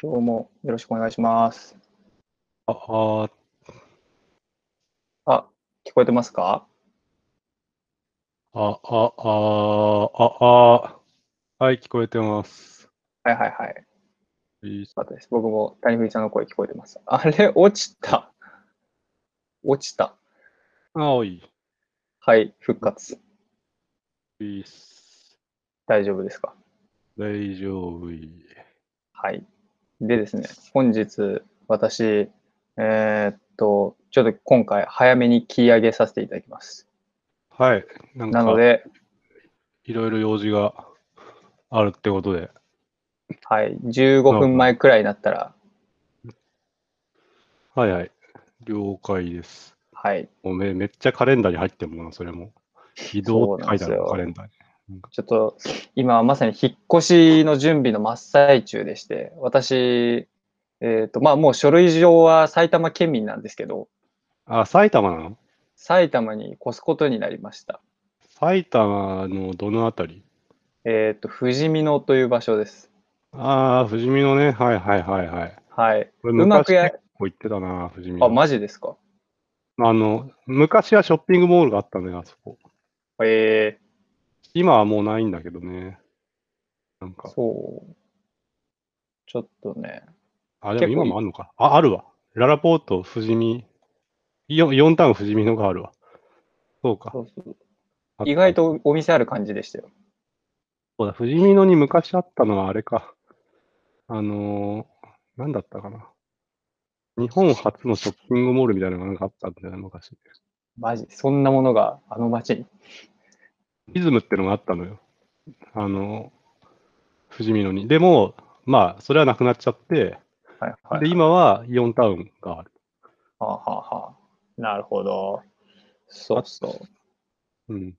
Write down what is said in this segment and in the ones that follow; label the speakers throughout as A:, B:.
A: 今日もよろしくお願いします。
B: ああー、
A: あ、聞こえてますか
B: あ、あ、あ、あ、あ、はい、聞こえてます。
A: はいはいはい。よ
B: いい
A: かったです。僕も谷藤さんの声聞こえてます。あれ、落ちた。落ちた。
B: あ、おい、
A: はい、復活。
B: いいっす。
A: 大丈夫ですか
B: 大丈夫い。
A: はい。でですね、本日、私、えーっと、ちょっと今回、早めに切り上げさせていただきます。
B: はい、なん
A: なの
B: か、
A: で、
B: いろいろ用事があるってことで、
A: はい、15分前くらいになったら、
B: はいはい、了解です。
A: はい、
B: おめめっちゃカレンダーに入ってるもんな、それも。移動って書いてある
A: そう
B: カ
A: な
B: レ
A: ん
B: ンダーに。
A: ちょっと今まさに引っ越しの準備の真っ最中でして、私、えっ、と、まあもう書類上は埼玉県民なんですけど、
B: あ、埼玉なの
A: 埼玉に越すことになりました。
B: 埼玉のどのあたり
A: えっ、と、富士見野という場所です。
B: ああ、富士見のね、はいはいはいはい。
A: はい。
B: う
A: うまくや、
B: こう言ってたな、富士見の。
A: あ、マジですか。
B: あの、昔はショッピングモールがあったんだよ、あそこ。
A: え
B: 今はもうないんだけどね。なん
A: ー、
B: か、
A: そう。ちょっとね、
B: あ、で
A: 結
B: も
A: 構
B: 今もあるのか。あ、あるわ。ララポート、富士見。4, 4ターン富士見のがあるわ。そうか
A: そ。うそう
B: あった
A: 意外。とお店ある感じでしたよ。
B: そうだ、富士見のに昔あったのはあれか。あのー、なんだったかな。日本初のショッピングモールみたいなのがなんかあったんだよね、昔。
A: マジ、そんなものがあの街に。
B: イズムってのがあったのよ。あの、富士見のに。でも、まあ、それはなくなっちゃって、
A: はいはい。
B: で、今はイオンタウンがある。
A: はあ、はあはあ、なるほど。そうそう。
B: うん。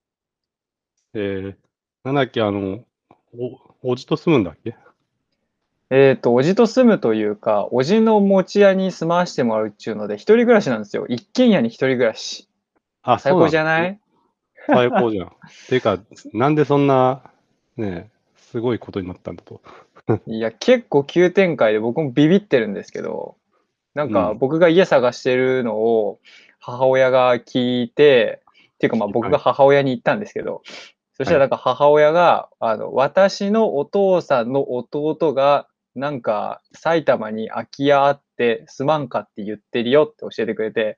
B: えー、なんだっけ、あの、お、おじと住むんだっけ
A: えっ、と、おじと住むというか、おじの持ち家に住まわしてもらうっちゅうので、一人暮らしなんですよ。一軒家に一人暮らし。
B: あ、
A: 最高じゃない
B: い最 高じゃん。ていうか、なんでそんな、ねえ、すごいことになったんだと。
A: いや、結構急展開で僕もビビってるんですけど、なんか
B: うん
A: 僕が家探してるのを母親が聞いて、っていうかまあ
B: はい
A: 僕が母親に言ったんですけど、そしたらなんか母親が、あの、私のお父さんの弟が、なんか埼玉に空き家あってすまんかって言ってるよって教えてくれて、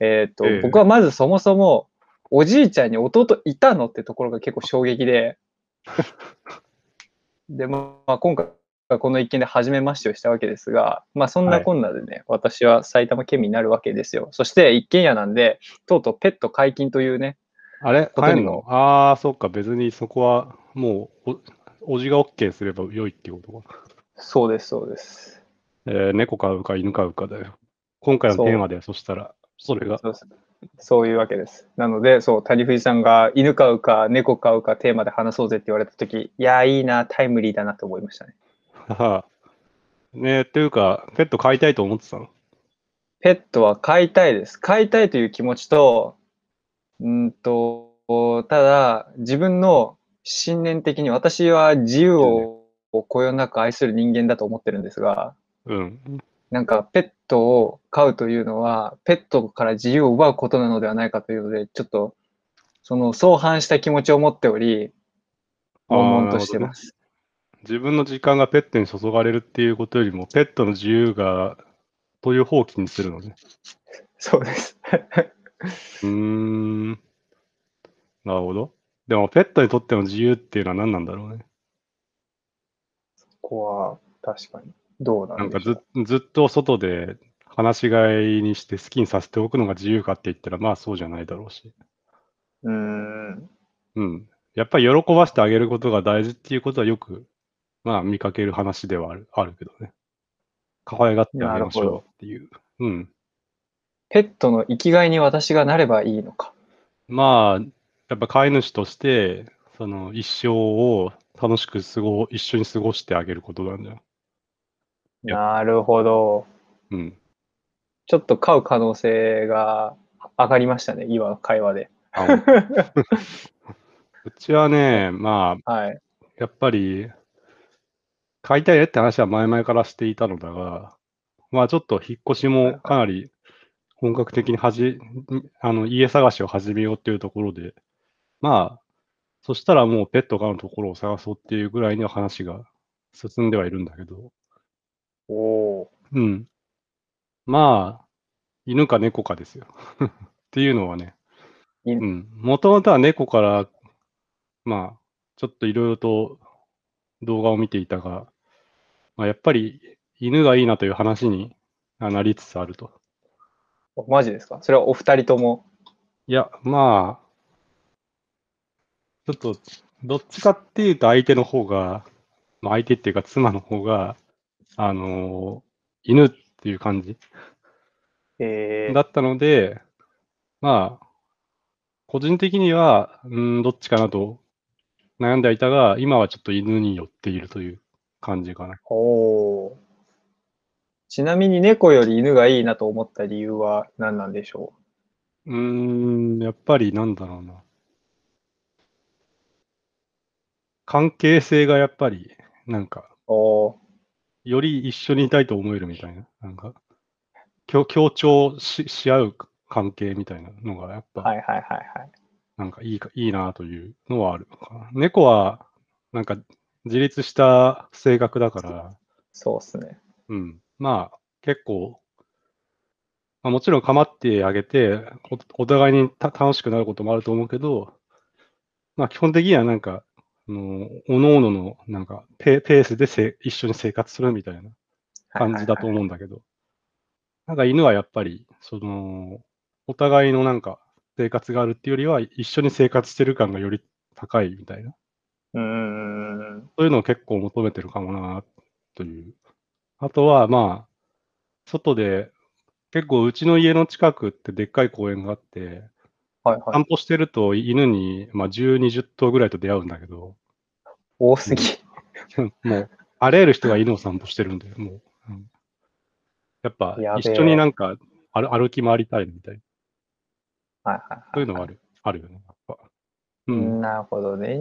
A: えっと
B: ええ、
A: 僕はまずそもそも、おじいちゃんに弟いたのってところが結構衝撃で、 で、まあ、今回はこの一件で初めましてをしたわけですが、まあ、そんなこんなでね、私は埼玉県民になるわけですよ。そして一軒家なんで、とうとうペット解禁というね、
B: あれ
A: ことにも
B: 帰るのああ、そっか、別にそこは、もう、お、おじが OK すれば良いっていうことか。
A: そうです、そうです。
B: えー猫飼うか犬飼うかだよ。今回のテーマで、そしたら、それが。
A: そうですそういうわけです。なので、そう、谷藤さんが犬飼うか猫飼うかテーマで話そうぜって言われたとき、いやー、いいな、タイムリーだなと思いましたね。
B: ねえ、っていうか、ペット飼いたいと思ってたの
A: ペットは飼いたいです。飼いたいという気持ちと、うーんと、ただ、自分の信念的に私は自由をこよなく愛する人間だと思ってるんですが、
B: うん。
A: なんかペットを飼うというのは、ペットから自由を奪うことなのではないかというので、ちょっと、その相反した気持ちを持っており、
B: あー
A: 悶々としてます。
B: 自分の時間がペットに注がれるっていうことよりも、ペットの自由が、という放棄にするのね。
A: そうです。
B: うーん。なるほど。でも、ペットにとっての自由っていうのは何なんだろうね。
A: ここは、確かに。どうな
B: なんん
A: で
B: か
A: しょう
B: ずずっと外で、放し飼いにして好きにさせておくのが自由かって言ったら、まあそうじゃないだろうし。
A: うーん。
B: うん。やっぱり喜ばせてあげることが大事っていうことはよく、まあ見かける話ではあるあるけどね。可愛がってあげまし
A: なるほ
B: ょうっていう。うん。
A: ペットの生きがいに私がなればいいのか。
B: まあ、やっぱ飼い主として、その一生を楽しく過ご、一緒に過ごしてあげることなんじゃん。いや
A: なるほど。
B: うん。
A: ちょっと飼う可能性が上がりましたね、今の会話で。
B: あうちはね、まあ、
A: はい。
B: やっぱり、買いたいねって話は前々からしていたのだが、まあちょっと引っ越しもかなり本格的にはじ、あの、家探しを始めようっていうところで、まあ、そしたらもうペット飼うところを探そうっていうぐらいには話が進んではいるんだけど、
A: おお
B: うん。まあ、犬か猫かですよ。 っていうのはね、う
A: 犬
B: ん。もともとは猫から、まあ、ちょっといろいろと動画を見ていたが、まあ、やっぱり犬がいいなという話にあなりつつあると。
A: ー。マジですかそれはお二人とも。
B: いや、まあ、ちょっと、どっちかっていうと相手の方が、まあ、相手っていうか妻の方が、あのー犬っていう感じ
A: え
B: だったので、まあ、個人的には、うん、どっちかなと悩んではいたが、今はちょっと犬に寄っているという感じかな。
A: おおー。ちなみに猫より犬がいいなと思った理由は何なんでしょ
B: うーん、やっぱりなんだろうな。関係性がやっぱり、なんか、
A: うおー
B: より一緒にいたいと思えるみたいな、なんか、協協調しし合う関係みたいなのが、やっぱ、
A: はいはいはいはい。
B: なんかいいか、いいなというのはあるのかな。猫は、なんか、自立した性格だから、
A: そうっすね。
B: うん。まあ、結構、まあ、もちろん構ってあげて、おお互いにた楽しくなることもあると思うけど、まあ、基本的にはなんか、あの、おののの、なんかペ、ペースでせ一緒に生活するみたいな
A: はいはい
B: 感
A: はい
B: じだと思うんだけど、なんか犬はやっぱり、その、お互いのなんか生活があるっていうよりは、一緒に生活してる感がより高いみたいな、
A: うーん。
B: そういうのを結構求めてるかもな、という。あとは、まあ、外で、結構うちの家の近くってでっかい公園があって、
A: はいはい。
B: 散歩してると犬に、まあ、10、20頭ぐらいと出会うんだけど、
A: 多すぎ。
B: もう、あらゆる人が犬を散歩してるんで、もう、うんやっぱ
A: やべえ
B: 一緒になんか歩歩き回りたいみたいな、
A: はいはい
B: そういうのはある、あるよね、やっぱ。う
A: はい。
B: ん、
A: なるほどね。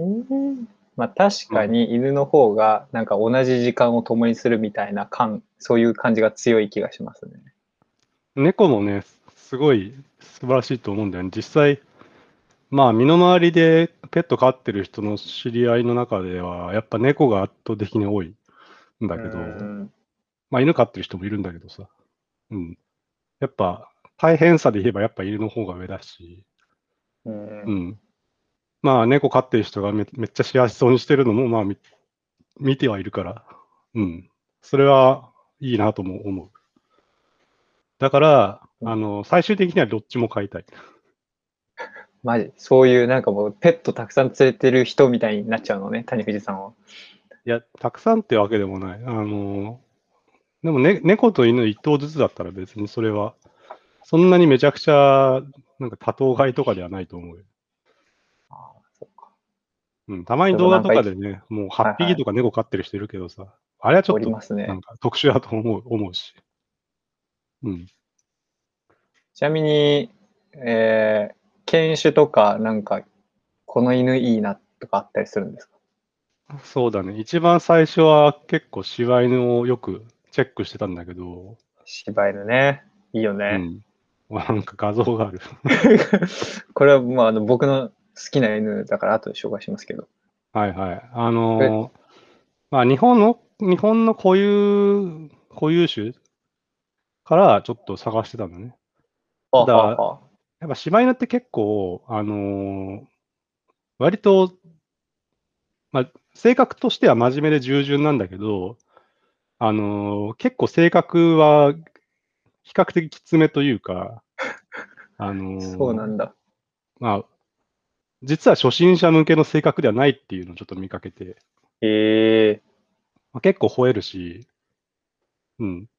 A: まあ確かに犬の方がなんか同じ時間を共にするみたいな感、そういう感じが強い気がしますね。
B: 猫もね、すごい素晴らしいと思うんだよね。実際、まあ、身の回りでペット飼ってる人の知り合いの中では、やっぱ猫が圧倒的に多いんだけど、
A: うん
B: まあ、犬飼ってる人もいるんだけどさ、うん。やっぱ、大変さで言えば、やっぱ犬の方が上だし、
A: うん
B: う。ん。まあ、猫飼ってる人がめめっちゃ幸せそうにしてるのも、まあ、み見てはいるから、うん。それはいいなとも思う。だから、あの、最終的にはどっちも飼いたい。
A: マジ、そういうなんかもうペットたくさん連れてる人みたいになっちゃうのね、谷藤さんは。
B: いや、たくさんってわけでもない。あの、でも、ね、猫と犬一頭ずつだったら別にそれは、そんなにめちゃくちゃ、なんか多頭飼いとかではないと思うよ。
A: ああ、そっか。
B: うん、たまに動画とかでね、もう8
A: はいはい
B: 匹とか猫飼ってる人いるけどさ、あれはちょ
A: お
B: っ
A: り
B: と
A: ますね
B: なん。か特殊だと思う思うし。うん。
A: ちなみに、えー、犬種とか、なんか、この犬いいなとかあったりするんですか
B: そうだね。一番最初は結構柴犬をよくチェックしてたんだけど、
A: 柴犬ね。いいよ
B: う
A: ね。
B: ん。わなんか画像がある。
A: これは、まあ、あの僕の好きな犬だから後で紹介しますけど。
B: はいはい。あのーまあ日本の、日本の固有、固有種からちょっと探してたんだね。
A: あ
B: だ
A: あああ
B: やっぱ柴犬って結構、あのー割と、まあ、性格としては真面目で従順なんだけど、あのー結構性格は比較的きつめというか、あのー
A: そうなんだ。
B: まあ、実は初心者向けの性格ではないっていうのをちょっと見かけて、
A: え
B: まあ、結構吠えるし、うん。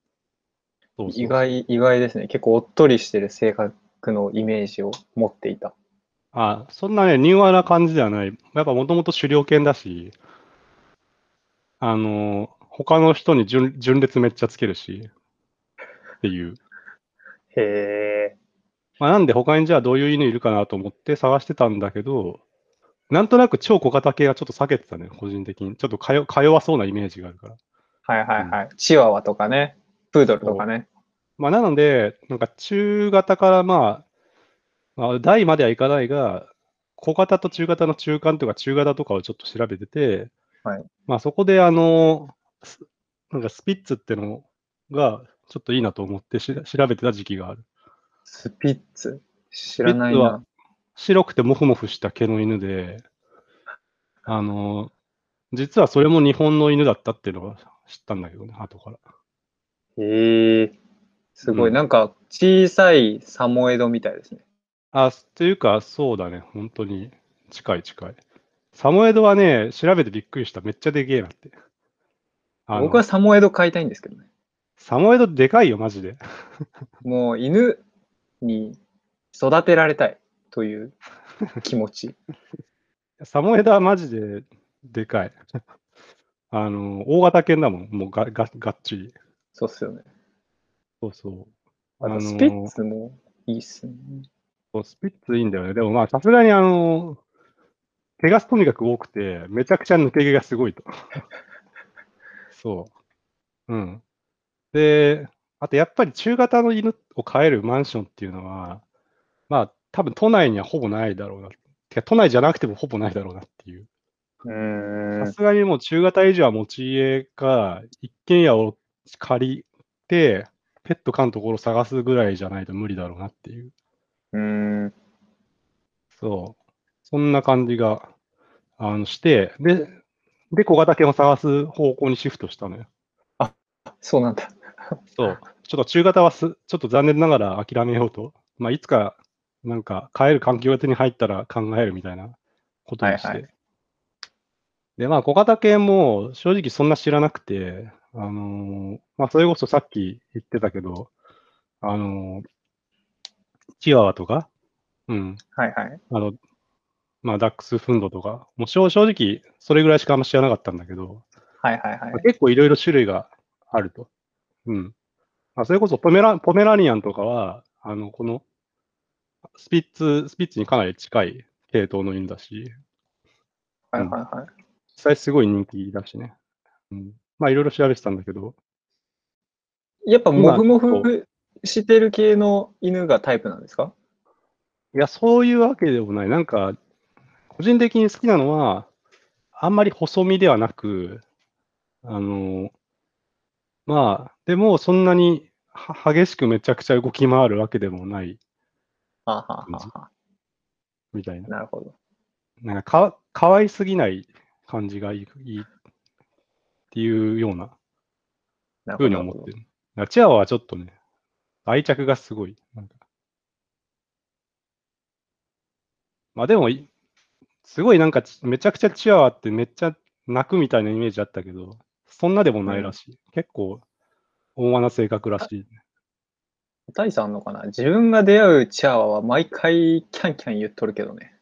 B: そう
A: ー、
B: そう
A: 意外、意外ですね。結構おっとりしてる性格のイメージを持っていた。
B: あ、そんなね、柔和な感じではない。やっぱもともと狩猟犬だし、あの、他の人に順、順列めっちゃつけるし、っていう。
A: へえ。
B: まあ、なんで他にじゃあどういう犬いるかなと思って探してたんだけど、なんとなく超小型系がちょっと避けてたね、個人的に。ちょっとかよ、か弱そうなイメージがあるから。
A: はいはいはい。チワワとかね、プードルとかね。
B: まあ、なので、なんか中型からまあ、まあ、大まではいかないが、小型と中型の中間とか中型とかをちょっと調べてて、
A: はい
B: まあそこであの、すなんかスピッツってのがちょっといいなと思ってし調べてた時期がある。
A: スピッツ知らないな。
B: 白くてモフモフした毛の犬で、あの、実はそれも日本の犬だったっていうのは知ったんだけどね、後から。
A: へえ。すごい、
B: うん
A: なんか小さいサモエドみたいですね。
B: あ、というか、そうだね、本当に近い近い。サモエドはね、調べてびっくりした。めっちゃでけえなって。あの
A: 僕はサモエド飼いたいんですけどね。
B: サモエドでかいよ、マジで。
A: もう犬に育てられたいという気持 ち。
B: サモエドはマジででかい。あの、大型犬だもん、もうがががっちり。
A: そうっすよね。
B: そうそう。
A: あ
B: あ
A: と
B: のー
A: スピッツもいいっすね。
B: そうスピッツいいんだよね。でもまあ、さすがにあの、毛がとにかく多くて、めちゃくちゃ抜け毛がすごいと。そう。うん。で、あとやっぱり中型の犬を飼えるマンションっていうのは、まあ、多分都内にはほぼないだろうな。てか、都内じゃなくてもほぼないだろうなっていう。
A: うー
B: さ
A: ん。
B: すがにもう中型以上は持ち家か、一軒家を借りて、ペット飼うところを探すぐらいじゃないと無理だろうなっていう。
A: うーん。
B: そう。そんな感じが、あの、して、で、で、小型犬を探す方向にシフトしたのよ。
A: そうなんだ。
B: そう。ちょっと中型はす、ちょっと残念ながら諦めようと。まあ、いつか、なんか、飼える環境が手に入ったら考えるみたいなことにして。
A: はいは
B: で、まあ、小型犬も正直そんな知らなくて、あのーまあ、それこそさっき言ってたけど、あのーチワワとか、うん、
A: はいはい。
B: あの、まあ、ダックスフンドとか、もう正正直、それぐらいしかあんま知らなかったんだけど、
A: はいはいは
B: まあ
A: い。
B: 結構いろいろ種類があると。うん。まあ、それこそポメラ、ポメラニアンとかは、あの、この、スピッツ、スピッツにかなり近い系統の犬だし、
A: はいはいはい。
B: 実際すごい人気だしね。うん。まあ、いろいろ調べてたんだけど、
A: やっぱ
B: 今
A: もふも
B: こ
A: ふしてる系の犬がタイプなんですか
B: いや、そういうわけでもない。なんか、個人的に好きなのは、あんまり細身ではなく、あの、まあ、でもそんなには激しくめちゃくちゃ動き回るわけでもない
A: はあはあはあは
B: みたいな
A: あ。。なるほど。
B: なんかか、かわいすぎない感じがいいいいっていうような
A: なるほ
B: ふうに
A: ど
B: 思ってる。だからチワワはちょっとね、愛着がすごい。なんかまあでもい、すごいなんかち、めちゃくちゃチワワってめっちゃ泣くみたいなイメージあったけど、そんなでもないらしい。結構、大和な性格らしい。
A: 大さんのかな自分が出会うチャワは毎回キャンキャン言っとるけどね。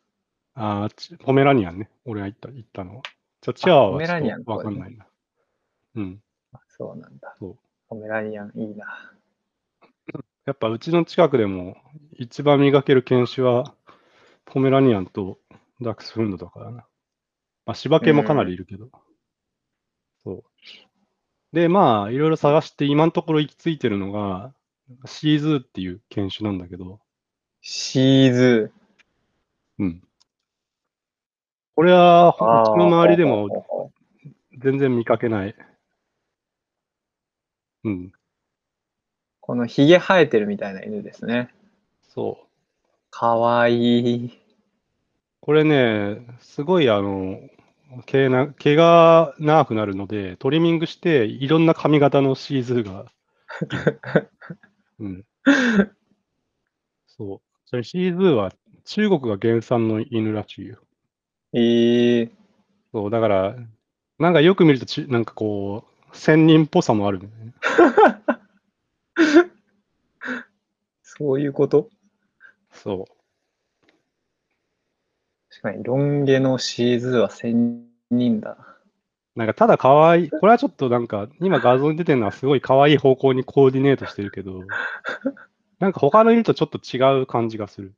B: ああ、ちポメラニアンね。俺が言った言ったのは。じゃあチワワ
A: ポ
B: は
A: メ
B: ち
A: ラニア
B: ょ
A: ンの
B: っと
A: 方ね
B: わかんないな。うん。
A: あそうなんだ。
B: そう
A: ポメラニアンいいな。
B: やっぱうちの近くでも一番磨ける犬種はポメラニアンとダックスフンドだからな。まあ、柴犬もかなりいるけど。そう。で、まあ、いろいろ探して今のところ行き着いてるのが、シーズーっていう犬種なんだけど、
A: シーズ。
B: うん。これは、うち
A: あー
B: の周りで
A: ほ
B: も
A: うほうほ
B: 全然見かけない。うん。
A: うこのヒゲ生えてるみたいな犬ですね。
B: そう。
A: かわいい。
B: これね、すごいあの毛な毛が長くなるので、トリミングして、いろんな髪型のシーズーが。うん、そう。それシーズーは中国が原産の犬らしいよ。
A: えー、
B: そうだから、なんかよく見るとち、なんかこう、仙人っぽさもあるんだよね。
A: そういうこと
B: そ
A: 確かに、ロン毛のシーズは1000人だ。
B: う。なんかただ可愛い、これはちょっとなんか、今画像に出てるのはすごい可愛い方向にコーディネートしてるけど、なんか他の犬とちょっと違う感じがする。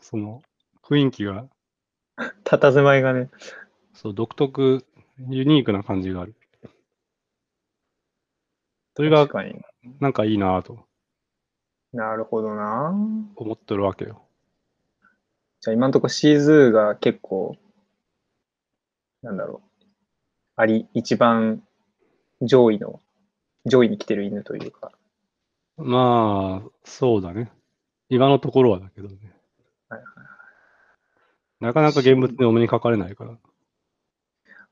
B: その雰囲気が、
A: たたずまいがね。
B: そう、独特、ユニークな感じがある。それが
A: 確かに。
B: なんかいいなぁと
A: なるほどな。
B: 思ってるわけよ。
A: じゃあ今のところシーズーが結構、なんだろう。あり、一番上位の、上位に来てる犬というか。
B: まあ、そうだね。今のところはだけどね。
A: はい
B: なかなか現物でお目にかかれないから。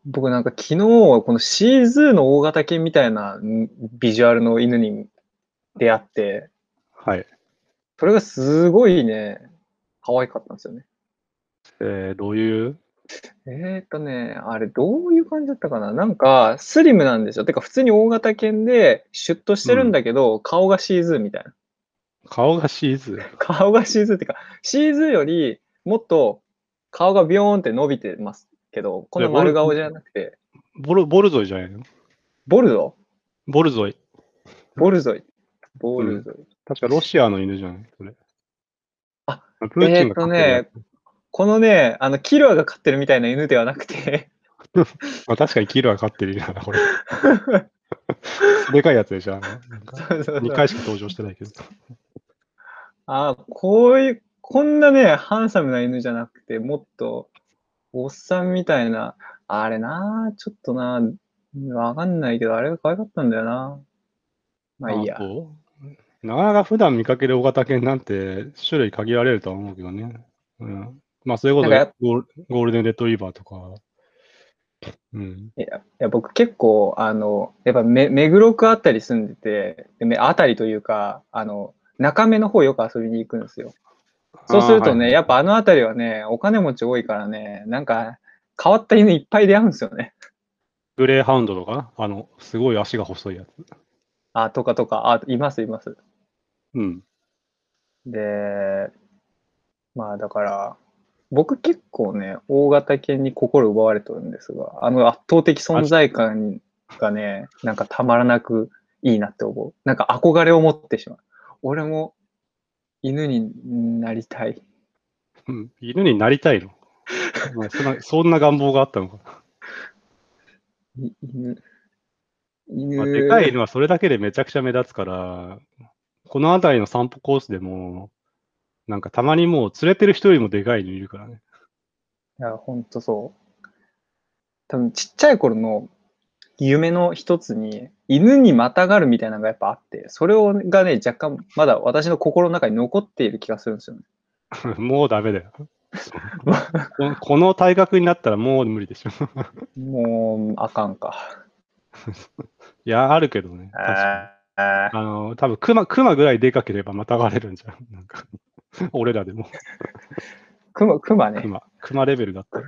A: 僕なんか昨日はこのシーズーの大型犬みたいなうんビジュアルの犬に出会って、
B: はい。
A: それがすごいね、可愛かったんですよね。
B: えー、どういう
A: えっ、ー、とね、あれどういう感じだったかななんかスリムなんですよ。てか普通に大型犬でシュッとしてるんだけど、顔がシーズーみたいな。
B: 顔がシーズー。
A: 顔がシーズーっていうか、シーズーよりもっと顔がビヨーンって伸びてますけど、この丸顔じゃなくて、
B: ボルボルゾイじゃないの
A: ボルゾ
B: ボルゾイ。
A: ボルゾイ。ボルゾイ。
B: 確かロシアの犬じゃないそれ。
A: あ、
B: プーチンが飼ってる
A: えーとこのね、あの、キルアが飼ってるみたいな犬ではなくて、
B: まあ、確かにキルは飼ってる犬だな、これ。 でかいやつでしょ。あのなんか
A: そうそうそう
B: 2回しか登場してないけど。
A: あーこういう、こんなね、ハンサムな犬じゃなくて、もっと、おっさんみたいな、あれな、ちょっとな、わかんないけど、あれが可愛かったんだよな。 まあいいや
B: あ。そうなかなか普段見かける大型犬なんて種類限られるとは思うけどね。うん、まあ、それこそ
A: なんか
B: ゴールゴールデンレトリーバーとか。うん。
A: いやいや僕結構あのやっぱ目目黒区あたり住んでてでめあたりというかあの中目の方よく遊びに行くんですよそうするとね、やっぱあの辺りはねお金持ち多いからねなんか変わった犬いっぱい出会うんですよね
B: グレーハウンドとか、あの、すごい足が細いやつ。
A: あとかとかあいますいます
B: うん。
A: でまあだから僕結構ね大型犬に心奪われてるんですがあの圧倒的存在感がねなんかたまらなくいいなって思うなんか憧れを持ってしまう俺も犬になりたい
B: うん犬になりたい の。お前そんなそんな願望があったのか。
A: い犬
B: まあ、
A: 犬
B: でかい犬はそれだけでめちゃくちゃ目立つから、この辺りの散歩コースでも、なんかたまにもう連れてる人よりもでかい犬いるからね。
A: いや、ほんとそう。多分ちっちゃい頃の夢の一つに、犬にまたがるみたいなのがやっぱあって、それをがね、若干、まだ私の心の中に残っている気がするんですよね。
B: もうダメだ よ。ここの体格になったらもう無理でしょ。
A: もう、あかんか。
B: いや、あるけどね。確かに。あの、多分クマ、クマぐらいでかければまたがれるんじゃん。なんか、 俺らでも、
A: クマ、クマね
B: ク。マ、クマレベルだったら。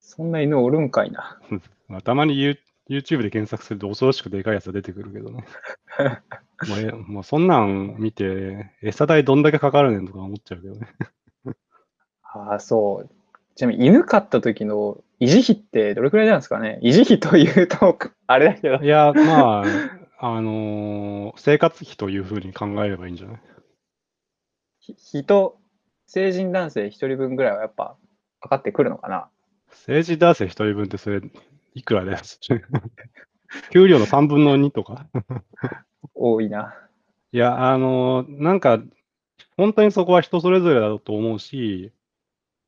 A: そんな犬おるんかいな。
B: まあ、たまに You- YouTube で検索すると恐ろしくでかいやつが出てくるけどね。もうえもうそんなん見て、餌代どんだけかかるねんとか思っちゃうけどね。
A: ああ、そう。ちなみに犬飼った時の維持費ってどれくらいなんですかね維持費というと、あれだけど。
B: いや、まあ、 あのー生活費というふうに考えればいいんじゃない
A: ひ人、成人男性一人分ぐらいはやっぱかかってくるのかな
B: 政治男性一人分ってそれ、いくらだよ。 給料の3分の2とか。
A: 多いな。
B: いや、あのーなんか、本当にそこは人それぞれだと思うし、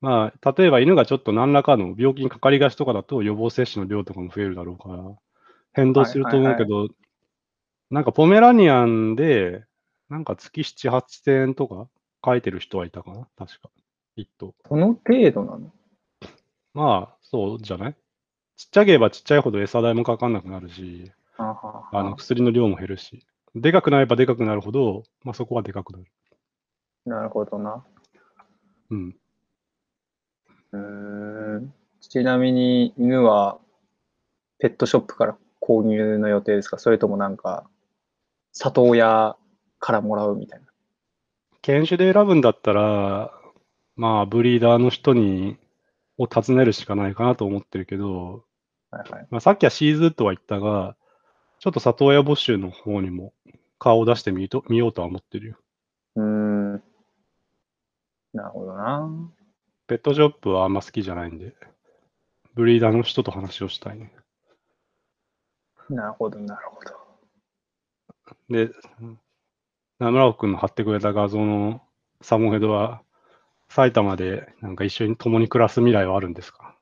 B: まあ、例えば犬がちょっと何らかの病気にかかりがちとかだと予防接種の量とかも増えるだろうから、変動すると思うけど、なんかポメラニアンで、なんか月7、8000円とか書いてる人はいたかな確か。一頭。
A: その程度なの
B: まあ、そうじゃないちっちゃければちっちゃいほど餌代もかかんなくなるし、
A: あは
B: あの
A: は
B: 薬の量も減るし、でかくなればでかくなるほど、まあそこはでかくなる。
A: なるほどな。
B: うん。
A: うーん。ちなみに犬はペットショップから購入の予定ですかそれともなんか里親からもらうみたいな。
B: 犬種で選ぶんだったら、まあ、ブリーダーの人に、を尋ねるしかないかなと思ってるけど、
A: はいはい。
B: まあ、さっきはシーズーとは言ったが、ちょっと里親募集の方にも顔を出してみると見ようとは思ってるよ。
A: うーん。なるほどな。
B: ペットショップはあんま好きじゃないんで、ブリーダーの人と話をしたいね。
A: なるほど、なるほど。
B: で、ナムラオ君の貼ってくれた画像のサモヘドは、埼玉でなんか一緒に共に暮らす未来はあるんですか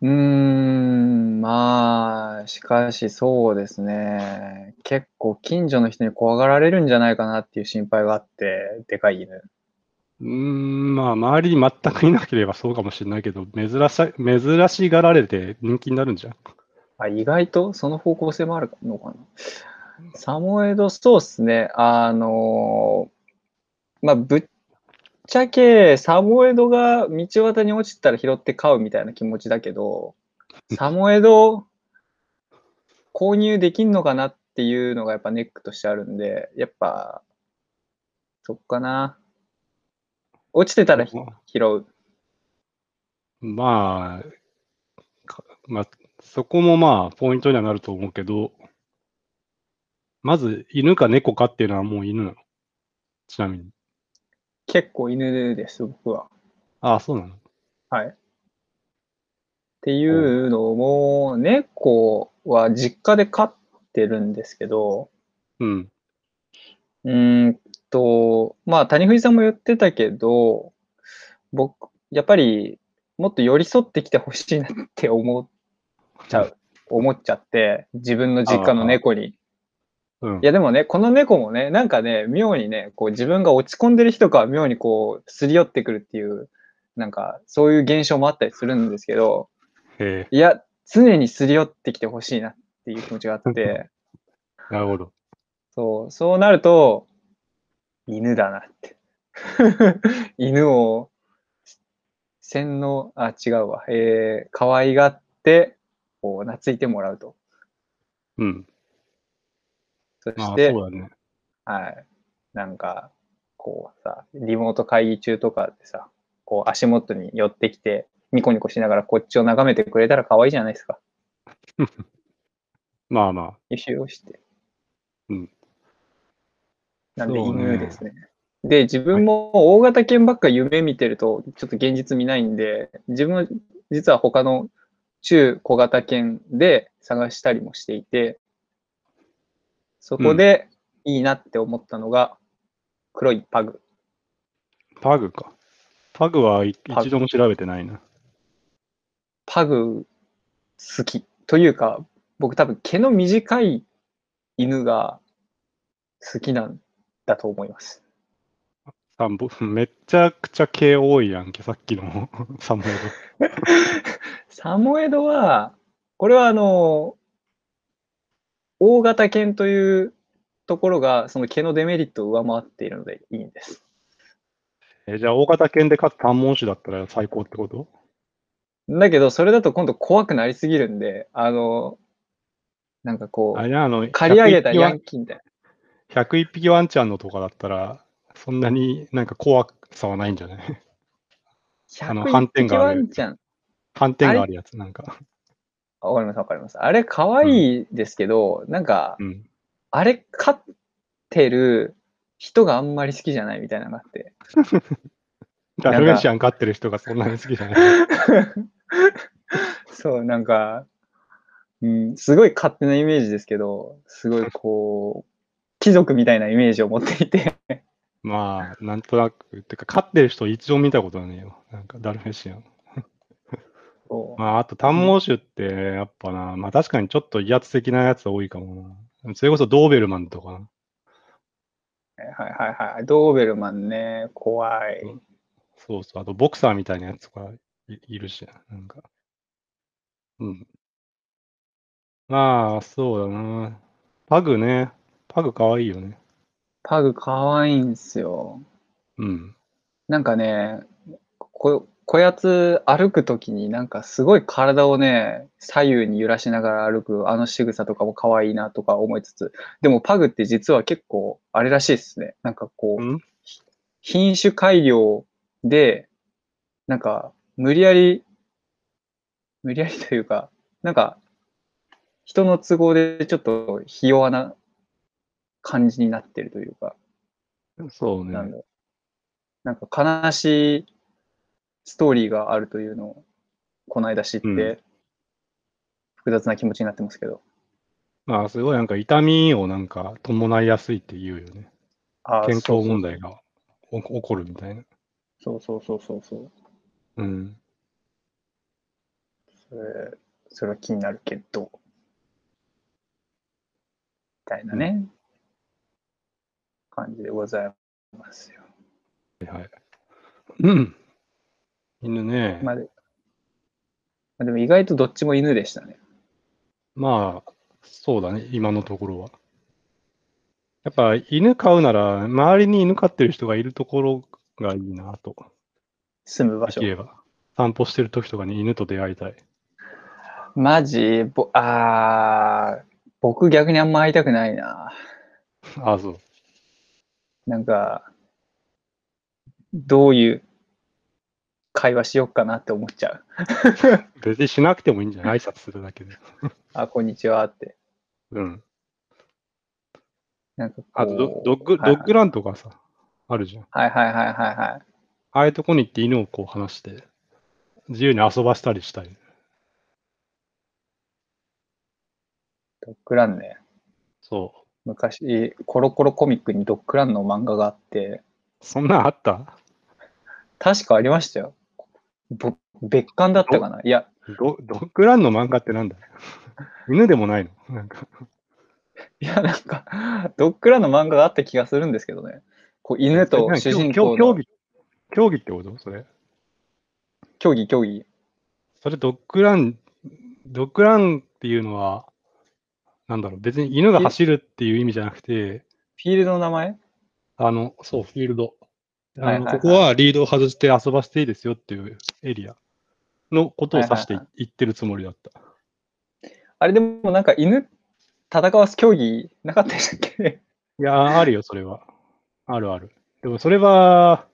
A: うーん、まあ、しかしそうですね。結構近所の人に怖がられるんじゃないかなっていう心配があって、でかい犬。
B: うーん、まあ、周りに全くいなければそうかもしれないけど、珍し珍しがられて人気になるんじゃん。
A: あ、意外とその方向性もあるのかな。サモエド、そうっすね。あのーまあ、ぶっちゃけ、サモエドが道端に落ちたら拾って飼うみたいな気持ちだけど、サモエド、購入できんのかなっていうのがやっぱネックとしてあるんで、やっぱ、そっかな。落ちてたらひ拾う。
B: まあ、かまあ、そこもまあ、ポイントにはなると思うけど、まず、犬か猫かっていうのはもう犬なの。ちなみに。
A: 結構犬です、僕は。
B: ああ、そうなの。
A: はい。っていうのも、猫は実家で飼ってるんですけど、
B: うん。
A: うーんと、まあ、谷藤さんも言ってたけど、僕、やっぱり、もっと寄り添ってきてほしいなって思っちゃう。思っちゃって、自分の実家の猫に。
B: うん
A: い。やでもね、この猫もね、なんかね、妙にね、こう自分が落ち込んでる日とかは妙にこう、すり寄ってくるっていう、なんか、そういう現象もあったりするんですけど、
B: え
A: いや、常にすり寄ってきてほしいなっていう気持ちがあ って、
B: ー、なるほど。
A: そう、そうなると、犬だなって。 犬を、洗脳、あ、違うわ、えー、可愛がって、こう、懐いてもらうと。
B: うん。
A: そし
B: まあ、
A: て、
B: そうだね。
A: はい。なんか、こうさ、リモート会議中とかでさ、こう足元に寄ってきて、ニコニコしながらこっちを眺めてくれたら可愛いじゃないですか。
B: まあまあ。
A: 一周をして。
B: うん。
A: なんで
B: そうね
A: 犬ですね。で、自分も大型犬ばっか夢見てると、ちょっと現実見ないんで、自分は実は他の中小型犬で探したりもしていて、そこでいいなって思ったのが、黒いパグ。
B: パグか。パグはい
A: パグ
B: 一度も調べてないな。
A: パグ好き。というか、僕多分毛の短い犬が好きなんだと思います。
B: あぼ めっちゃくちゃ毛多いやんけ、さっきの サムネイ
A: サモエドは、これはあの、大型犬というところが、その毛のデメリットを上回っているのでいいんです。
B: ド。えじゃあ、大型犬でかつ単文種だったら最高ってこと
A: だけど、それだと今度怖くなりすぎるんで、あの、なんかこ
B: あ
A: う、
B: れなあの、
A: 刈り上げた
B: 101匹
A: ヤ
B: ワン
A: ンキーみたいな。
B: 101匹ワンちゃんのとかだったら、そんなになんか怖さはないんじゃない あ
A: 101
B: の斑点
A: 匹
B: があ
A: ワ
B: る
A: ンちゃん。
B: 斑点があるやつ、なんか。
A: あわかります、わかります。あれ、可愛いですけど、なんか
B: う、ん。
A: あれ、飼ってる人があんまり好きじゃないみたいなのがあって。
B: ダルメシアン飼ってる人がそんなに好きじゃない。
A: そう、なんか、うん、すごい勝手なイメージですけど、すごいこう、貴族みたいなイメージを持っていて、
B: まあ、なんとなく。てか、飼ってる人一度も見たことはねえよ。なんか、ダルメシアン。
A: こう
B: まあ、あと、短毛種って、やっぱな、まあ確かにちょっと威圧的なやつ多いかもな。それこそドーベルマンとかな。
A: はいはいはい、ドーベルマンね、怖い。
B: そうそう。あと、ボクサーみたいなやつとかいいるし、なんか。うん。まあ、そうだな。パグね。パグかわいいよね。
A: パグ可愛いんすよ。
B: うん。
A: なんかね、ここやつ歩くときになんかすごい体をね、左右に揺らしながら歩くあの仕草とかも可愛いなとか思いつつ、でもパグって実は結構あれらしいですね。なんかこう、
B: ん
A: 品種改良で、なんか、無理やり、無理やりというか、なんか、人の都合でちょっとひ弱な感じになってるというか、
B: そう
A: なん
B: ね。
A: だろうなんか悲しいストーリーがあるというのを、この間知って、
B: うん
A: 複雑な気持ちになってますけど。
B: まあ、すごいなんか痛みをなんか伴いやすいって言うよね。
A: あー
B: 健康問題がお起こるみたいな。
A: そうそうそうそうそうそう。
B: うん。
A: それ、それは気になるけど。みたいなね、感じでございますよ。
B: うん。犬ね。
A: まあ、でまあでも意外とどっちも犬でしたね。
B: まあ、そうだね、今のところは。やっぱ犬飼うなら、周りに犬飼ってる人がいるところがいいなと。
A: 住む場
B: で
A: 所
B: き。れば。散歩してる時とかに犬と出会いたい。
A: マジぼあー僕逆にあんま会いたくないな。
B: ああ、そう。
A: なんか、どういう会話しよっかなって思っちゃう。
B: 別にしなくてもいいんじゃない挨拶するだけで。
A: あ、こんにちはって。
B: うん。
A: なんかこう
B: あとド、ドッグ、
A: はい
B: ドッグランとかさ、あるじゃん。
A: はいはいはいはいはい。
B: ああいうとこに行って犬をこう離して、自由に遊ばしたりしたい。
A: ドッグランね。
B: そ
A: 昔、コロコロコミックにドッグランの漫画があって、
B: う。そんなんあった
A: 確かありましたよ。ぼ別館だったかないや、
B: ドドッグランの漫画ってなんだ犬でもないのなんか。
A: いやなんか、 ドッグランの漫画があった気がするんですけどね。こう犬と
B: 何
A: 主人公
B: 競競競
A: の
B: 技、競技ってことそれ。
A: 競技競技。
B: それドッグラン、ドッグランっていうのは、なんだろう、別に犬が走るっていう意味じゃなくて、
A: フィールドの名前
B: あの、そう、フィールド。あの
A: はいはいはい
B: ここはリードを外して遊ばせていいですよっていうエリアのことを指してい
A: はいは
B: 言ってるつもりだった。
A: あれでもなんか犬戦わす競技なかったでしたっけ
B: いやー、あるよ、それは。あるある。でも、それは、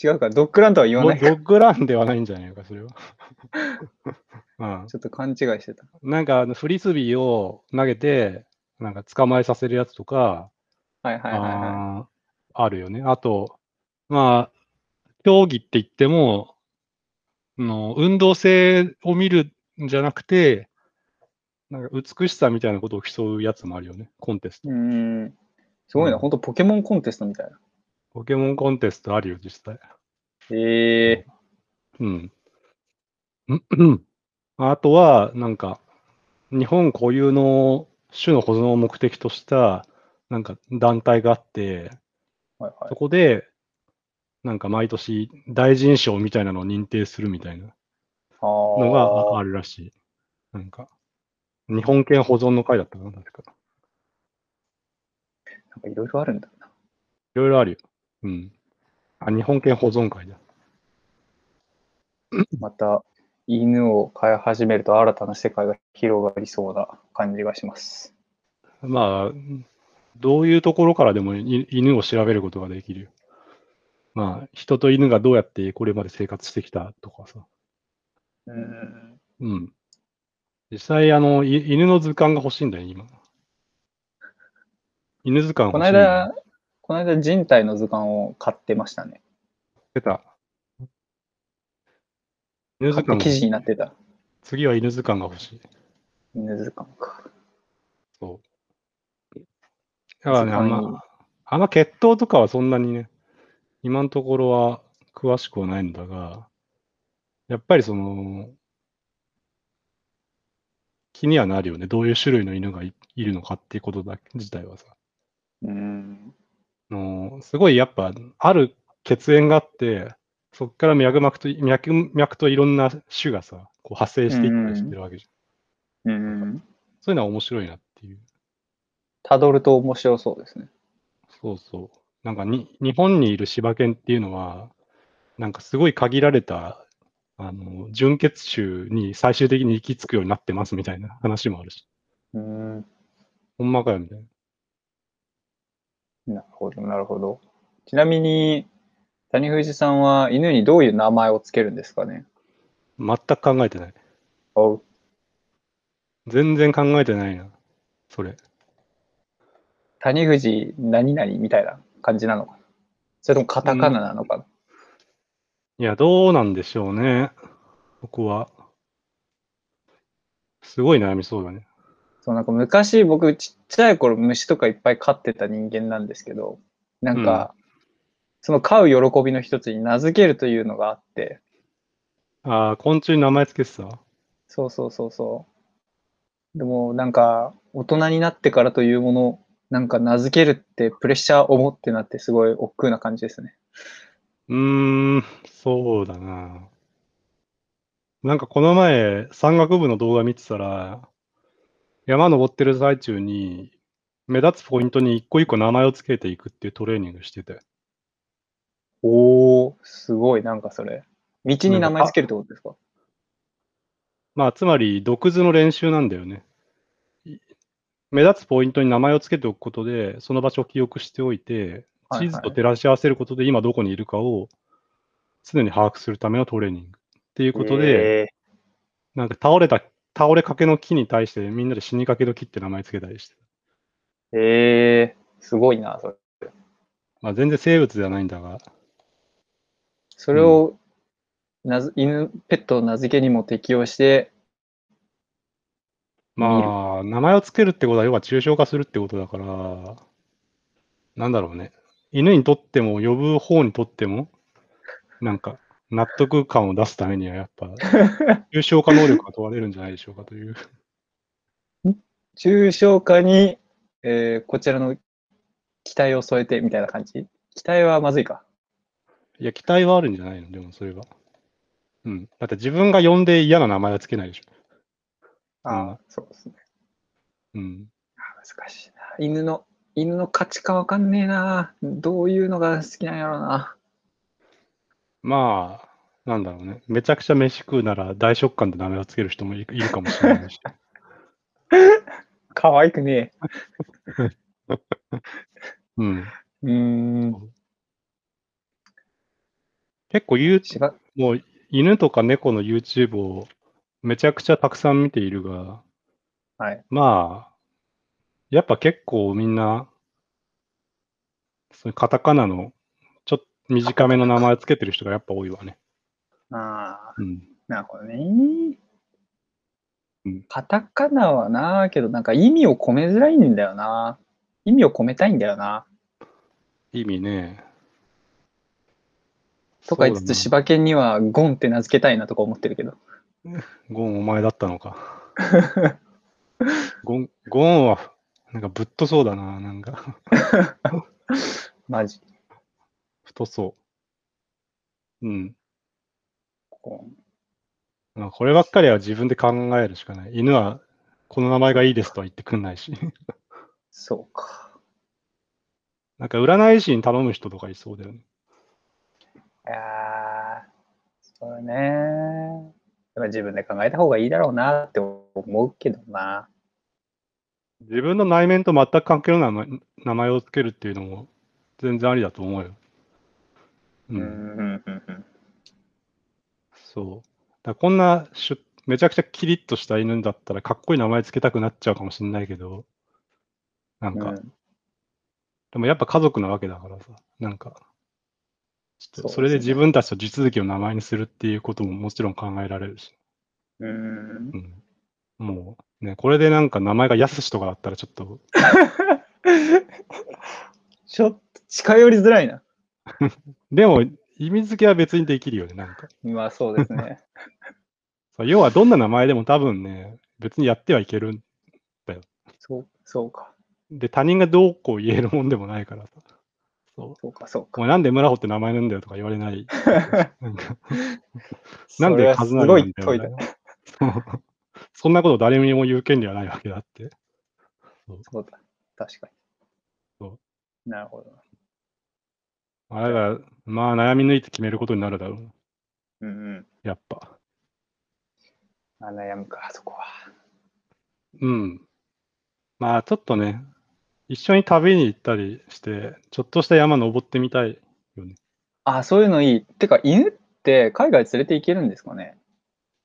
A: 違うか、ドッグランとは言
B: ド
A: わない
B: ド
A: か。
B: ッグランではないんじゃないか、そ れは。うん
A: ち、ょっと勘違いしてた。
B: なんか、あのフリスビーを投げて、なんか捕まえさせるやつとか、
A: はいはいはい、は
B: あーあるよね。あと、まあ、競技って言っても、あの運動性を見るんじゃなくて、なんか美しさみたいなことを競うやつもあるよね、コンテス
A: い。
B: ト。
A: うーん。すごいな、
B: うん
A: ほんとポケモンコンテストみたいな。
B: ポケモンコンテストあるよ、実際。
A: ええ
B: うん。うん あとは、なんか、日本固有の種の保存を目的とした、なんか団体があって、
A: はいは。
B: そこで、なんか毎年大臣賞みたいなのを認定するみたいないのがあ
A: る。
B: るらしい。なんか、日本犬保存の会だったかな、確か。
A: なんかいろいろあるんだな。
B: いろいろあるよ。うん。あ、日本犬保存会だ。
A: また、犬を飼い始めると新たな世界が広がりそうな感じがします。
B: まあ、どういうところからでもい犬を調べることができるよ。まあ、人と犬がどうやってこれまで生活してきたとかさ。
A: うーん。
B: うん。実際、あの、い犬の図鑑が欲しいんだよ、今。犬図鑑
A: こ
B: 欲
A: の
B: しいんだよ。
A: 間、この間人体の図鑑を買ってましたね。
B: 出た。犬
A: 買
B: 図
A: って記事
B: 鑑。
A: になってた。
B: 次は犬図鑑が欲しい。
A: 犬図鑑か。
B: そう。だからね、あん
A: 図鑑いい
B: ま、あんま血統とかはそんなにね、今のところは詳しくはないんだが、やっぱりその、気にはなるよね。どういう種類の犬がいいるのかっていうことだ自体はさ。
A: うーん。
B: あのすごいやっぱ、ある血縁があって、そこから脈々と、脈々といろんな種がさ、こう派生していったりしてるわけじゃん。
A: うーん。
B: そういうのは面白いなっていう。
A: たどると面白そうですね。
B: そうそう。なんかに、日本にいる柴犬っていうのは、なんかすごい限られた、あの、純血種に最終的に行き着くようになってますみたいな話もあるし、
A: うーん。
B: ほんまかよみたいな。
A: なるほど、なるほど。ちなみに、谷藤さんは犬にどういう名前をつけるんですかね
B: 全く考えてない。
A: お
B: 全然考えてないな。それ。
A: 谷藤何々みたいな感じなのかなそれともカタカナなのかな、
B: いや、どうなんでしょうね。僕は。すごい悩みそうだね。
A: そうなんか昔僕ちっちゃい頃虫とかいっぱい飼ってた人間なんですけど、なんか、その飼う喜びの一つに名付けるというのがあって、
B: ああ、昆虫に名前つけてた
A: そうそうそうそう。でもなんか大人になってからというもの、なんか名付けるってプレッシャーを持ってなってすごい億劫な感じですね。
B: うーん、そうだな。なんかこの前、山岳部の動画見てたら、山登ってる最中に、目立つポイントに一個一個名前をつけていくっていうトレーニングしてて。
A: おー、すごいなんかそれ。道に名前つけるってことですか
B: まあ、つまり、独自の練習なんだよね。い目立つポイントに名前をつけておくことで、その場所を記憶しておいて、
A: はいはい
B: 地図と照らし合わせることで、今どこにいるかを常に把握するためのトレーニング。っていうことで、
A: え
B: なんか倒れた、倒れかけの木に対してみんなで死にかけの木って名前つけたりして。
A: ー、えー、すごいな、それ。
B: まあ全然生物ではないんだが、
A: それを、なず犬、ペットの名付けにも適用して、
B: まあ、名前をつけるってことは要は抽象化するってことだから、なんだろうね。犬にとっても、呼ぶ方にとっても、なんか、納得感を出すためにはやっぱ、抽象化能力が問われるんじゃないでしょうかという。
A: 抽象化に、えーこちらの期待を添えてみたいな感じ期待はまずいか。
B: いや、期待はあるんじゃないのでもそれは。うん。だって自分が呼んで嫌な名前はつけないでしょ。ああ、
A: そうですね。
B: うん。
A: 難しいな。犬の、犬の価値観わかんねえな。どういうのが好きなんやろうな。
B: まあ、なんだろうね。めちゃくちゃ飯食うなら大食感で名前をつける人もいいるかもし れないし。
A: 可愛くね
B: うん。
A: え。うーん。
B: 結構言う、
A: しば
B: もう犬とか猫の YouTube をめちゃくちゃたくさん見ているが、
A: はい。
B: まあ、やっぱ結構みんな、そういうカタカナのちょっと短めの名前をつけてる人がやっぱ多いわね。
A: ああ、
B: うん。
A: なるほどね
B: うん。
A: カタカナはな、けどなんか意味を込めづらいんだよな。意味を込めたいんだよな。
B: 意味ね。
A: とか言いつつ、
B: そうだ
A: 柴犬にはゴンって名付けたいなとか思ってるけど。
B: なゴンお前だったのか。ゴン、ゴンは、なんかぶっとそうだな、なんか。
A: マジ。
B: 太そう。うん。
A: ゴン
B: まあ、こればっかりは自分で考えるしかない。犬はこの名前がいいですとは言ってくんないし。
A: そうか。
B: なんか占い師に頼む人とかいそうだよね。
A: いやー、そうね。やっぱ自分で考えた方がいいだろうなって思うけどな。
B: 自分の内面と全く関係のない名前名前をつけるっていうのも全然ありだと思うよ。
A: う、
B: うんん。
A: うん、うんうん。
B: そう。だからこんなしゅめちゃくちゃキリッとした犬だったらかっこいい名前つけたくなっちゃうかもしれないけど、なんか、
A: うん
B: でもやっぱ家族なわけだからさ、なんか、ちょっと
A: そ
B: そ
A: で
B: うれ
A: すね
B: で自分たちと地続きを名前にするっていうことももちろん考えられるし、
A: うん
B: う。ん、もうね、これでなんか名前がやすしとかだったらちょっと、
A: ちょっと近寄りづらいな。
B: でも意味付けは別にできるよね、なんか。
A: まあそうです ね。
B: そう要はどんな名前でも多分ね、別にやってはいける。
A: そう、そうか。
B: で、他人がどうこう言えるもんでもないからさ。そう。
A: そうか、そう
B: お
A: か。
B: 前なんで村穂って名前なんだよとか言わ れない。なんかなん
A: それ
B: で
A: は
B: カ
A: す
B: ズナ
A: ごい
B: リ
A: 問いだ。
B: そう そんなこと誰にも言う権利はないわけだって。
A: そうだ。確かに
B: そ。
A: なるほどな。
B: あれが、まあ悩み抜いて決めることになるだろう。
A: うんうん。
B: やっぱ。
A: あ悩むか、そこは。
B: うん。まあちょっとね、一緒に旅に行ったりして、ちょっとした山登ってみたい。
A: あ、そういうのいい。てか、犬って海外連れて行けるんですかね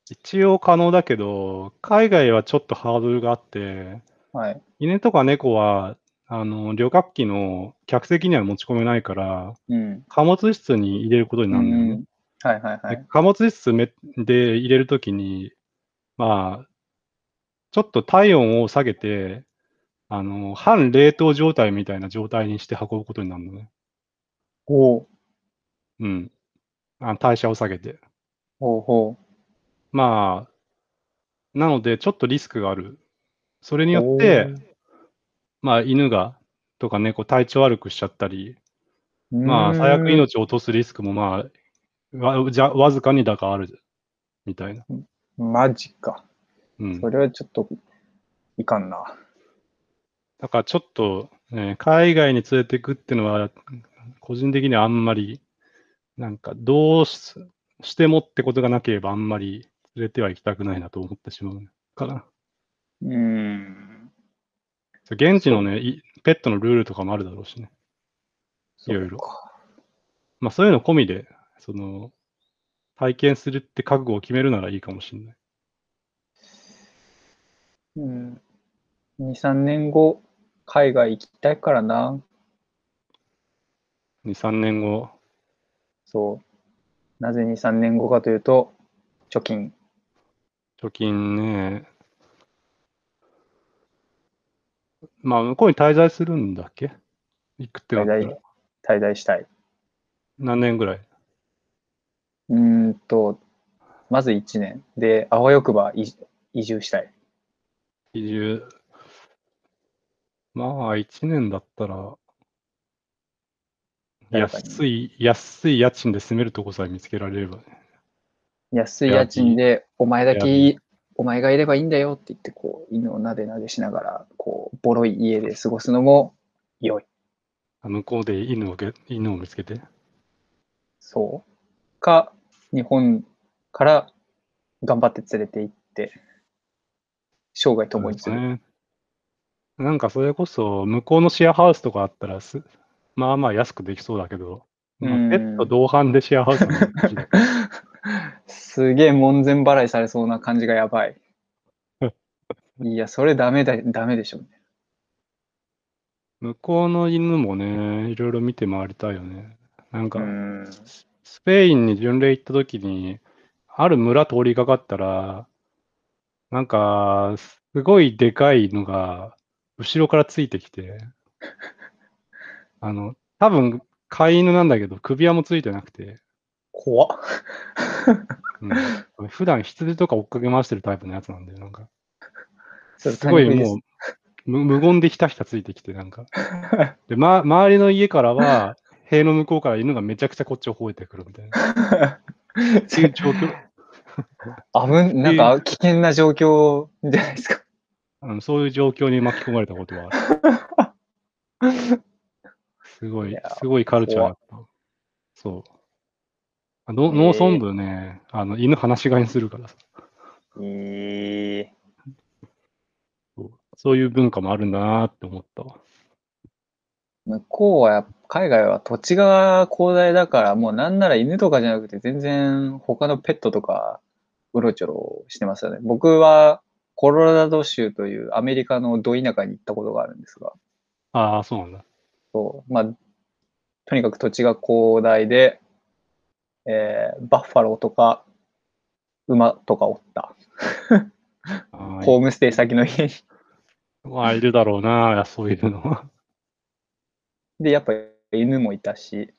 B: 一応可能だけど、海外はちょっとハードルがあって、
A: はい。
B: 犬とか猫は、あの、旅客機の客席には持ち込めないから、
A: うん。
B: 貨物室に入れることになるんだよね。
A: うんはいはいは
B: で
A: い。
B: 貨物室めで入れるときに、まあ、ちょっと体温を下げて、あの、半冷凍状態みたいな状態にして運ぶことになるのね。
A: おう
B: うん。あ代謝を下げて。
A: ほうほ
B: まあ、なので、ちょっとリスクがある。それ
A: う。
B: によっ
A: お
B: て
A: う、、
B: まあ、犬が、とか猫、体調悪くしちゃったり、ま
A: う
B: あ、
A: ーん
B: 最悪。命を落とすリスクも、まあ、わじゃわずかにだがある、みたいな。
A: マジか。
B: うん
A: そ。れはちょっと、いかんな。
B: だから、ちょっと、ね、海外に連れていくっていうのは、個人的にはあんまり、なんか、どうししてもってことがなければ、あんまり連れては行きたくないなと思ってしまうから。
A: うーん。
B: そう現地のね、いペットのルールとかもあるだろうしね。いろいろ
A: そっか。
B: まあそういうの込みで、その、体験するって覚悟を決めるならいいかもしれない。
A: うん。2、3年後、海外行きたいからな。
B: 2、3年後。
A: そう。なぜ2、3年後かというと、貯金。
B: 貯金ね。まあ、向こうに滞在するんだっけ行くって
A: 滞
B: なったら
A: 在、滞在したい。
B: 何年ぐらいう
A: ーんと、まず1年。で、あわよくば移移住したい。
B: 移住。まあ、1年だったら、
A: 誰かに
B: 安い、安い家賃で住めるとこさえ見つけられればね。
A: 安い家賃で、お前だけ、お前がいればいいんだよって言って、こう、犬をなでなでしながら、こう、ボロい家で過ごすのも良い。
B: あ向こうで犬をげ犬を見つけて。
A: そう。か、日本から頑張って連れて行って、生涯共にす
B: そうです
A: る。
B: ね。なんかそれこそ、向こうのシェアハウスとかあったらす、まあまあ安くできそうだけど、まあ
A: うん
B: ペット同伴でシェアハウスなんて
A: すげえ門前払いされそうな感じがやば い。いや、それダメだ、ダメでしょうね。
B: 向こうの犬もね、いろいろ見て回りたいよね。なんか
A: う、ん。
B: ススペインに巡礼行った時に、ある村通りかかったら、なんか、すごいでかいのが、後ろからついてきて、あの、多分、飼い犬なんだけど、首輪もついてなくて、
A: 怖っ。
B: うん、普段羊とか追っかけ回してるタイプのやつなんで、なんか、
A: それ
B: すごい
A: 他人です
B: もう、む無言でひたひたついてきて、なんか。で、ま、周りの家からは、塀の向こうから犬がめちゃくちゃこっちを吠えてくるみたいな。っていう状況、
A: あぶん、なんか危険な状況じゃないですか。
B: うんそういう状況に巻き込まれたことはあ る。すご
A: い
B: い
A: や、
B: すごいカルチャーだった。そう。あの農村部ね、あの犬放し飼いにするからさ
A: ええ
B: そう。そういう文化もあるんだなって思ったわ。
A: 向こうはやっぱ海外は土地が広大だから、もうなんなら犬とかじゃなくて全然他のペットとかうろちょろしてますよね。僕はコロラド州というアメリカのど田舎に行ったことがあるんですが、
B: ああ、そうなんだ。
A: そうまあ、とにかく土地が広大で、えーバッファローとか馬とかおった。
B: ああ
A: ホームステイ先の家に。
B: まあ、いるだろうな、いやそういうの は。
A: で、やっぱ犬もいたし。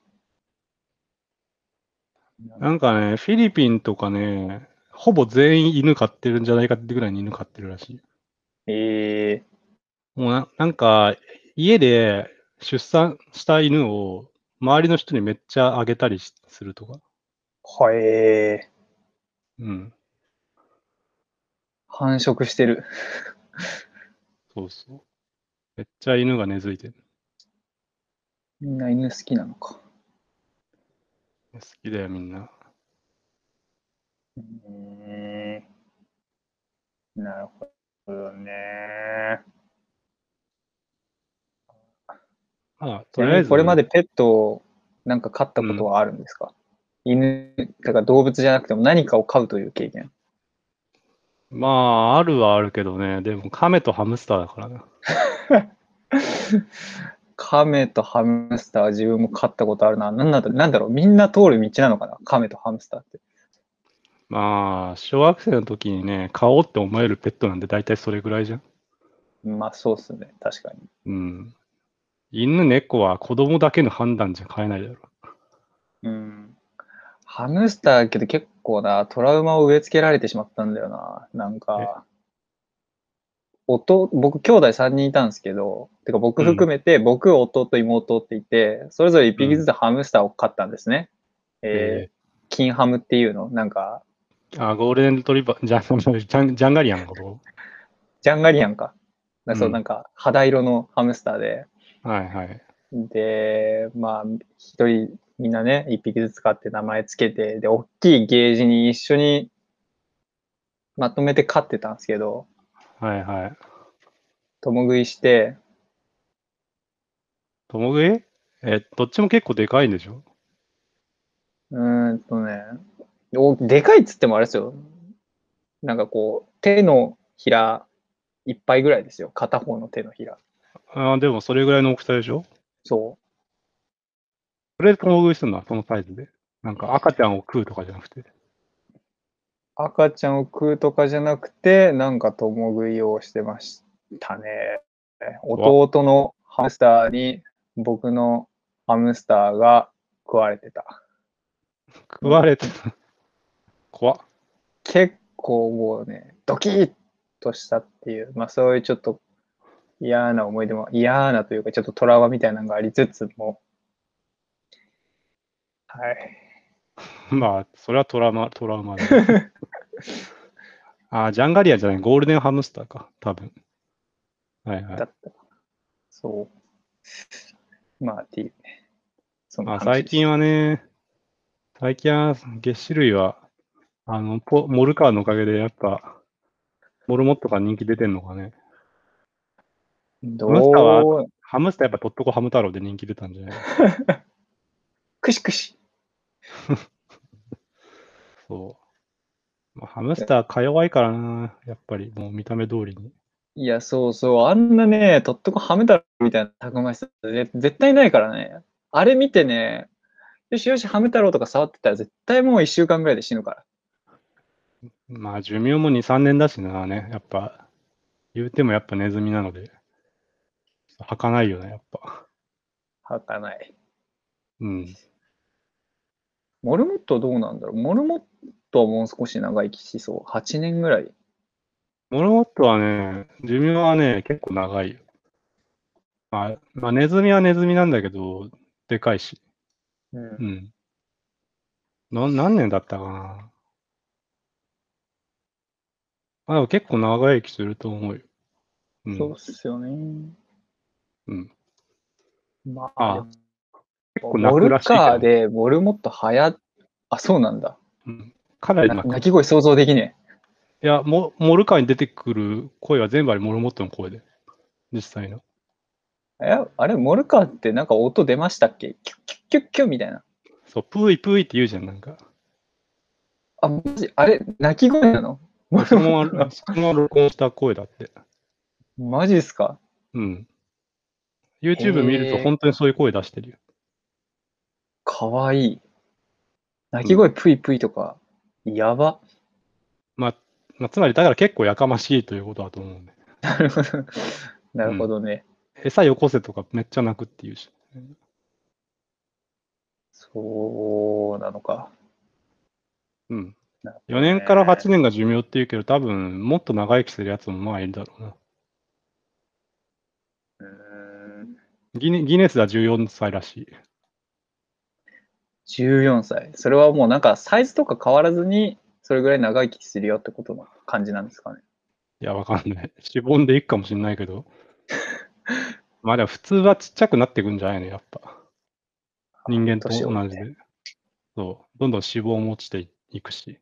B: なんかね、フィリピンとかね、ほぼ全員犬飼ってるんじゃないかってぐらいに犬飼ってるらしい。
A: え
B: もうななんか、家で出産した犬を周りの人にめっちゃあげたりしするとか。
A: ー、はえー、
B: うん。
A: 繁殖してる。
B: そうそう。めっちゃ犬が根付いてる。
A: みんな犬好きなのか。
B: 好きだよ、みんな。
A: えー、なるほどね。
B: まあ、
A: ち
B: と
A: な
B: り
A: み
B: あえ
A: に
B: ず、
A: これまでペットをなんか飼ったことはあるんですか、犬、だから動物じゃなくても何かを飼うという経験。
B: まあ、あるはあるけどね、でも、亀とハムスターだからな。
A: カメとハムスターは自分も飼ったことあるな。なんだなんだろうみんな通る道なのかなカメとハムスターって。
B: まあ、小学生の時にね、買おうって思えるペットなんて大体それぐらいじゃん。
A: まあ、そうっすね。確かに。
B: うん。犬、猫は子供だけの判断じゃ買えないだろ。
A: うん。ハムスターけど結構な、トラウマを植え付けられてしまったんだよな。なんか、弟、僕、兄弟3人いたんですけど、てか僕含めて、僕、弟、妹っていて、それぞれ1匹ずつハムスターを飼ったんですね。えー、金ハムっていうの。なんか、
B: ーあ、ゴールデンレトリバー、ジャンジャンジャンガリアンのこと
A: ジャンガリアンか。だからそうう、
B: ん
A: なんか、肌色のハムスターで、
B: はいはい。
A: で、まあ、一人、みんなね、一匹ずつ買って名前つけて、で、大きいゲージに一緒にまとめて飼ってたんですけど、
B: はいはい。
A: 共食いして、
B: 共食いえ、どっちも結構でかいんでしょ
A: うーんとね、おでかいっつってもあれですよ。なんかこう、手のひらいっぱいぐらいですよ。片方の手のひら。
B: あーでもそれぐらいの大きさでしょ
A: そ
B: それで共食いするのはそのサイズで。なんか赤ちゃんを食うとかじゃなくて。
A: う。赤ちゃんを食うとかじゃなくて、なんか共食いをしてましたね。弟のハムスターに僕のハムスターが食われてた。
B: 食われて、怖っ。
A: 結構もうね、ドキッとしたっていう、まあそういうちょっと嫌な思い出も、嫌なというかちょっとトラウマみたいなのがありつつも、はい。
B: まあ、それはトラウマ、トラウマだ。 あー、ジャンガリアンじゃない、ゴールデンハムスターか、多分。はいはい
A: だ。ったそう。まあっていうね。そ
B: まあ、
A: 話
B: 最近はね、最近は、月種類は、あの、ポモルカーのおかげで、やっぱ、モルモットが人気出てんのかね。
A: ど
B: ハムスターは
A: う、
B: ハムスターやっぱ、とっとこハム太郎で人気出たんじゃない
A: くしくし。
B: そう。まあ、ハムスター、か弱いからな、やっぱり、もう見た目通りに。
A: いや、そうそう。あんなね、とっとこはめたろみたいなたくましさ、ぜ絶対ないからね。あれ見てね、よしよし、はめ太郎とか触ってたら絶対もう1週間ぐらいで死ぬから。
B: まあ、寿命も2、3年だしな、ね、やっぱ、言うてもやっぱネズミなので、儚かないよね、やっぱ。
A: 吐かない。
B: うん。
A: モルモットどうなんだろうモルモットはもう少し長生きしそう。8年ぐらい。
B: モルモットはね、寿命はね、結構長いよ。まあ、まあ、ネズミはネズミなんだけど、でかいし。
A: うん
B: う。ん。な何年だったかな。まあ、でも結構長生きすると思うよ。うん。
A: そうっすよね。
B: うん、
A: ま
B: あ
A: あ、
B: 結構泣
A: モ
B: く
A: ル
B: らしいけど
A: カーでモルモットはや、あ、そうなんだ。
B: うん、かなり
A: な
B: 泣く
A: 鳴き声想像できね
B: いや、モモルカーに出てくる声は全部あれ、モルモットの声で、実際の。
A: え。え、あれ、モルカーってなんか音出ましたっけキュッキュッキュッキュッみたいな。
B: そう、プーイプーイって言うじゃん、なんか。
A: あ、マジあれ、鳴き声なの
B: その まま、そのまま録音した声だって。
A: マジっすか
B: うん。YouTube 見ると
A: へー
B: 本当にそういう声出してるよ。
A: かわいい。鳴き声プイプイとか、やば。
B: まあ、つまり、だから結構やかましいということだと思うね。
A: なるほど。なるほどね。
B: 餌よこせとかめっちゃ泣くっていうし。
A: そうなのか。
B: うん。
A: なるほど
B: 4
A: ね
B: 年から8年が寿命っていうけど、多分、もっと長生きするやつもまあいるだろうな。
A: うーん
B: ギネギネスでは14歳らしい。
A: 14歳。それはもうなんかサイズとか変わらずに、それぐらい長生きするよってことの感じなんですかね。
B: いや、わかんない。 しぼんでいくかもしれない けど。まあでも普通はちっちゃくなっていくんじゃないの、やっぱ。人間と
A: 年を
B: 同
A: ね
B: じで。そう。どんどん脂肪も落ちていくし。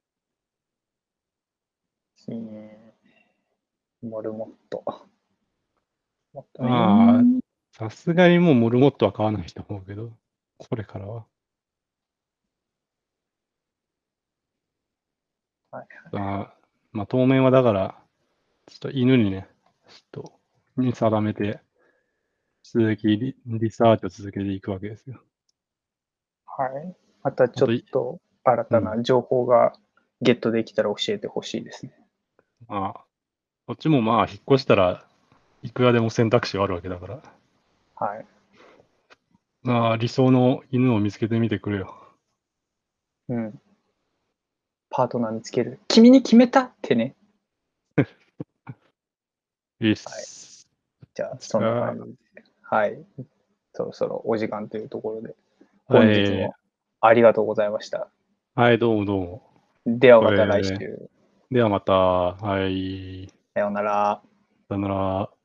A: うーんモルモット。モット
B: ああ
A: ね
B: さすがにもうモルモットは買わないと思うけど、これからは。
A: はい
B: あーまあ当面はだから、ちょっと犬にね、ちょっと見定めて、続きリリサーチを続けていくわけですよ。
A: はい。またちょっと新たな情報がゲットできたら教えてほしいですね。
B: まあ、こっちもまあ、引っ越したらいくらでも選択肢はあるわけだから。
A: はい。
B: まあ、理想の犬を見つけてみてくれよ。
A: うん。パートナー見つける。君に決めたってね。
B: いいっす。
A: じゃあ、そんな感じで。はい。そろそろお時間というところで、
B: は
A: 本
B: い、
A: 日もありがとうございました。
B: はい、どうもどうも。
A: ではまた来週。
B: ではまた、はい、
A: さようなら。
B: さよなら。